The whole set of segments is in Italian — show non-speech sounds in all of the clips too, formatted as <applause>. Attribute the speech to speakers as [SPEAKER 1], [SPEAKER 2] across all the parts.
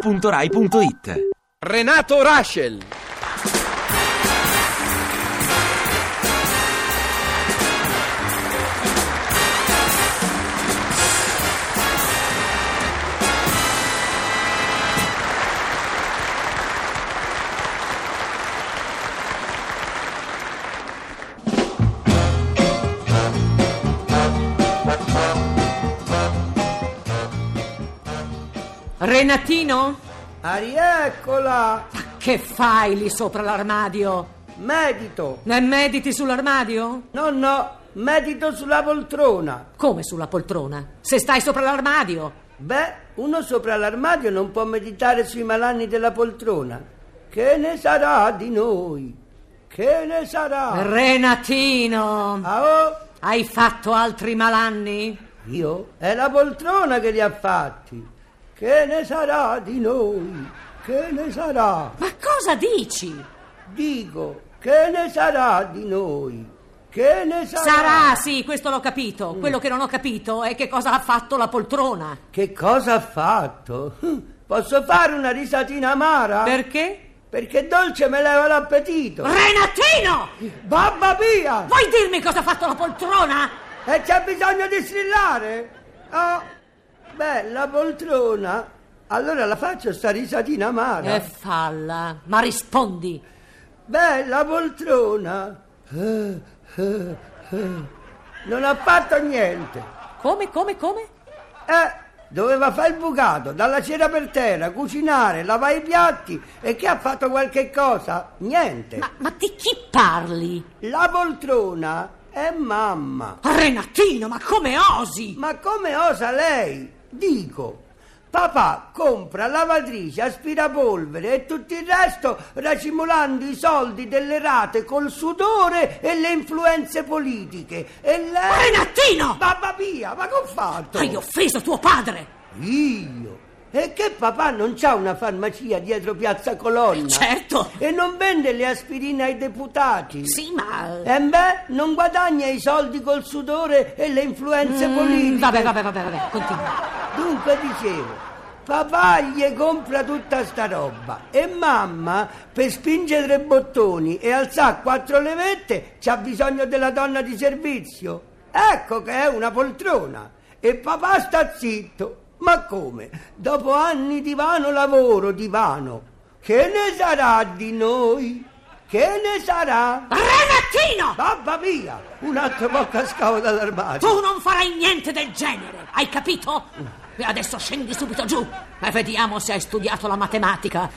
[SPEAKER 1] radio2pod.rai.it
[SPEAKER 2] Renato Raschel.
[SPEAKER 3] Renatino?
[SPEAKER 4] Arieccola!
[SPEAKER 3] Che fai lì sopra l'armadio?
[SPEAKER 4] Medito!
[SPEAKER 3] Ne mediti sull'armadio?
[SPEAKER 4] No, no, medito sulla poltrona.
[SPEAKER 3] Come sulla poltrona? Se stai sopra l'armadio?
[SPEAKER 4] Beh, uno sopra l'armadio non può meditare sui malanni della poltrona. Che ne sarà di noi? Che ne sarà?
[SPEAKER 3] Renatino!
[SPEAKER 4] Ah, oh,
[SPEAKER 3] Hai fatto altri malanni?
[SPEAKER 4] io? È la poltrona che li ha fatti. Che ne sarà di noi? Che ne sarà?
[SPEAKER 3] Ma cosa dici?
[SPEAKER 4] Dico, che ne sarà di noi? Che ne sarà?
[SPEAKER 3] Sarà, sì, questo l'ho capito. Quello che non ho capito è che cosa ha fatto la poltrona.
[SPEAKER 4] Che cosa ha fatto? <laughs> Posso fare una risatina amara?
[SPEAKER 3] Perché?
[SPEAKER 4] Perché dolce me leva l'appetito.
[SPEAKER 3] Renatino!
[SPEAKER 4] Babba Pia!
[SPEAKER 3] Vuoi dirmi cosa ha fatto la poltrona?
[SPEAKER 4] E c'è bisogno di strillare? Oh, bella poltrona. Allora la faccio sta risatina amara.
[SPEAKER 3] E falla, ma rispondi.
[SPEAKER 4] Bella poltrona. Eh, eh, eh. Non ha fatto niente.
[SPEAKER 3] Come, come, come?
[SPEAKER 4] Eh, doveva fare il bucato, dalla cera per terra, cucinare, lavare i piatti. E che ha fatto qualche cosa? Niente.
[SPEAKER 3] Ma, ma di chi parli?
[SPEAKER 4] La poltrona è mamma.
[SPEAKER 3] Renatino, ma come osi?
[SPEAKER 4] Ma come osa lei? Dico, papà compra lavatrice, aspirapolvere e tutto il resto racimolando i soldi delle rate col sudore e le influenze politiche. E lei...
[SPEAKER 3] Renatino!
[SPEAKER 4] Babba Pia, ma che ho fatto?
[SPEAKER 3] Hai offeso tuo padre!
[SPEAKER 4] Io? E che papà non c'ha una farmacia dietro Piazza Colonna?
[SPEAKER 3] Certo!
[SPEAKER 4] E non vende le aspirine ai deputati?
[SPEAKER 3] Sì, ma...
[SPEAKER 4] E Eh beh, non guadagna i soldi col sudore e le influenze politiche.
[SPEAKER 3] Mm, Vabbè, vabbè, vabbè, vabbè, continua.
[SPEAKER 4] Dunque dicevo, papà gli compra tutta sta roba e mamma per spingere tre bottoni e alzare quattro levette c'ha bisogno della donna di servizio. Ecco che è una poltrona. E papà sta zitto. Ma come? Dopo anni di vano lavoro, di vano, che ne sarà di noi? Che ne sarà?
[SPEAKER 3] Renatino!
[SPEAKER 4] Babba mia! Un altro po' <laughs> cascavo dall'armadio.
[SPEAKER 3] Tu non farai niente del genere, hai capito?
[SPEAKER 4] Mm.
[SPEAKER 3] E adesso scendi subito giù e vediamo se hai studiato la matematica.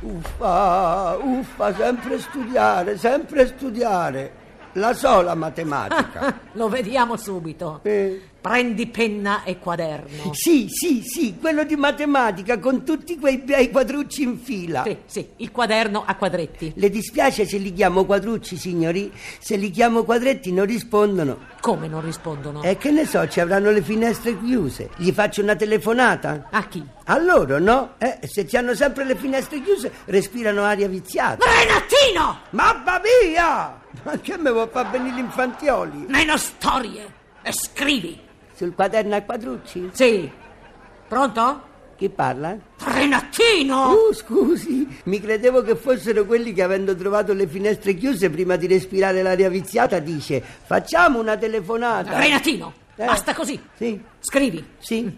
[SPEAKER 4] Uffa, uffa, sempre studiare, sempre studiare. La sola matematica.
[SPEAKER 3] <laughs> Lo vediamo subito.
[SPEAKER 4] Eh,
[SPEAKER 3] Prendi penna e quaderno.
[SPEAKER 4] Sì, sì, sì, quello di matematica con tutti quei bei quadrucci in fila.
[SPEAKER 3] Sì, sì, il quaderno a quadretti.
[SPEAKER 4] Le dispiace se li chiamo quadrucci, signori? Se li chiamo quadretti non rispondono.
[SPEAKER 3] Come non rispondono?
[SPEAKER 4] E che ne so, ci avranno le finestre chiuse. Gli faccio una telefonata?
[SPEAKER 3] A chi?
[SPEAKER 4] A loro, no? Eh, se ci hanno sempre le finestre chiuse, respirano aria viziata.
[SPEAKER 3] Renatino!
[SPEAKER 4] Mamma mia! Ma che me vuol far venire l'infantioli?
[SPEAKER 3] Meno storie e scrivi.
[SPEAKER 4] Sul quaderno a quadrucci?
[SPEAKER 3] Sì. Pronto? Uh,
[SPEAKER 4] Chi parla?
[SPEAKER 3] Renatino!
[SPEAKER 4] Oh, scusi, mi credevo che fossero quelli che avendo trovato le finestre chiuse prima di respirare l'aria viziata dice facciamo una telefonata.
[SPEAKER 3] Renatino!
[SPEAKER 4] Eh.
[SPEAKER 3] Basta così.
[SPEAKER 4] Sì,
[SPEAKER 3] Scrivi.
[SPEAKER 4] sì,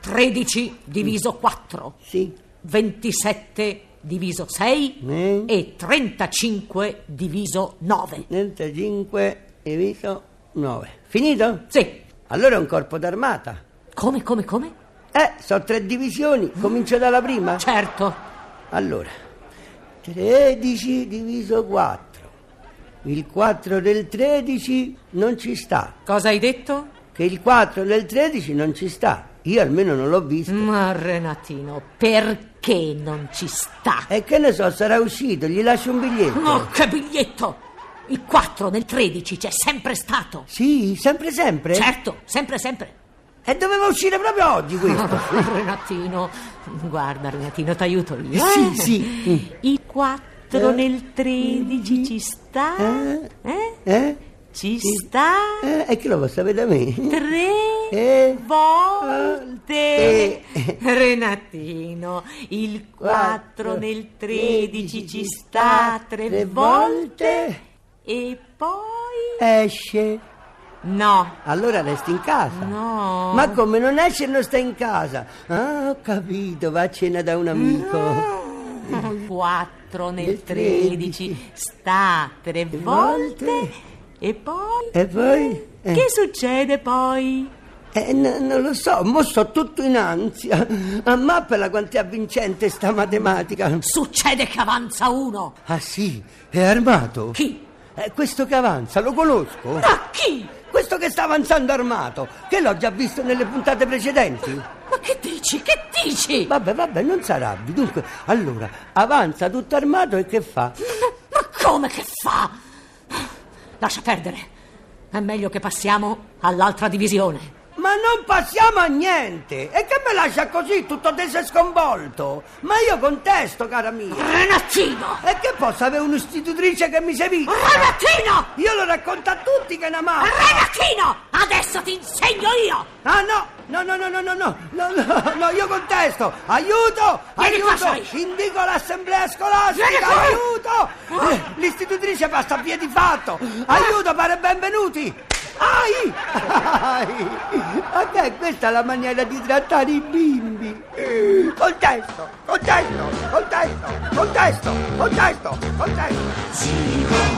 [SPEAKER 3] 13 diviso 4,
[SPEAKER 4] sì.
[SPEAKER 3] 27 diviso 6
[SPEAKER 4] Eh?
[SPEAKER 3] e 35 diviso 9.
[SPEAKER 4] 35 diviso 9. Finito?
[SPEAKER 3] Sì.
[SPEAKER 4] Allora è un corpo d'armata.
[SPEAKER 3] Come, come, come?
[SPEAKER 4] Eh, sono tre divisioni, comincio dalla prima.
[SPEAKER 3] Certo.
[SPEAKER 4] Allora, 13 diviso 4. Il 4 del 13 non ci sta.
[SPEAKER 3] Cosa hai detto?
[SPEAKER 4] Che il 4 del 13 non ci sta. Io almeno non l'ho visto.
[SPEAKER 1] Mm.
[SPEAKER 3] Ma Mm, Renatino, perché non ci sta?
[SPEAKER 4] E che ne so, sarà uscito, gli lascio un biglietto.
[SPEAKER 3] No, che biglietto! Il 4 nel 13 c'è sempre stato.
[SPEAKER 4] Sì, sempre sempre.
[SPEAKER 3] Certo, sempre, sempre.
[SPEAKER 4] E doveva uscire proprio oggi questo.
[SPEAKER 3] <laughs> Renatino, guarda Renatino, t'aiuto io.
[SPEAKER 4] Sì,
[SPEAKER 3] eh.
[SPEAKER 4] sì.
[SPEAKER 3] Il 4
[SPEAKER 4] Eh.
[SPEAKER 3] nel 13 ci sta.
[SPEAKER 4] Eh.
[SPEAKER 3] Eh?
[SPEAKER 4] Eh?
[SPEAKER 3] Ci sta.
[SPEAKER 4] Eh, e che lo fa sapere da me?
[SPEAKER 3] 3
[SPEAKER 4] Eh?
[SPEAKER 1] volte.
[SPEAKER 4] Eh.
[SPEAKER 1] Renatino, il 4 nel 13 ci sta tre volte e poi...
[SPEAKER 4] Esce.
[SPEAKER 1] No,
[SPEAKER 4] Allora resti in casa.
[SPEAKER 1] no.
[SPEAKER 4] Ma come non esce e non sta in casa? Ah, ho capito, va a cena da un amico.
[SPEAKER 1] 4 nel
[SPEAKER 4] Nel
[SPEAKER 1] 13 sta tre volte
[SPEAKER 4] volte.
[SPEAKER 1] e poi...
[SPEAKER 4] E poi? Eh.
[SPEAKER 1] Che succede poi?
[SPEAKER 4] Eh, n- non lo so, mo sto tutto in ansia. A mappela quanto è avvincente sta matematica.
[SPEAKER 3] Succede che avanza uno.
[SPEAKER 4] Ah sì, è armato.
[SPEAKER 3] Chi? Ah!
[SPEAKER 4] Eh, questo che avanza, lo conosco.
[SPEAKER 3] Ma chi?
[SPEAKER 4] Questo che sta avanzando armato, che l'ho già visto nelle puntate precedenti.
[SPEAKER 3] Ma che dici? Che dici? Ma,
[SPEAKER 4] Vabbè, vabbè, non sarabbi. Dunque, allora, avanza tutto armato e che fa?
[SPEAKER 3] ma come che fa? Lascia perdere. È meglio che passiamo all'altra divisione.
[SPEAKER 4] Ma non passiamo a niente! E che me lascia così, tutto teso e sconvolto? Ma io contesto, cara mia!
[SPEAKER 3] Renatino!
[SPEAKER 4] E che posso avere un'istitutrice che mi seguisce?
[SPEAKER 3] Renatino!
[SPEAKER 4] Io lo racconto a tutti che è una mamma!
[SPEAKER 3] Renatino! Adesso ti insegno io!
[SPEAKER 4] Ah no! No, no, no, no, no, no, no, no, no, io contesto! Aiuto!
[SPEAKER 3] Vieni qua,
[SPEAKER 4] Aiuto!
[SPEAKER 3] sai.
[SPEAKER 4] Indico l'assemblea
[SPEAKER 3] Vieni
[SPEAKER 4] scolastica!
[SPEAKER 3] qua. Ah.
[SPEAKER 4] Aiuto! Eh, L'istitutrice passa a via di fatto! Aiuto, pare benvenuti! Ai! Ai! Ok, questa è la maniera di trattare i bimbi! Contesto! Contesto! Contesto! Contesto! Contesto! Contesto!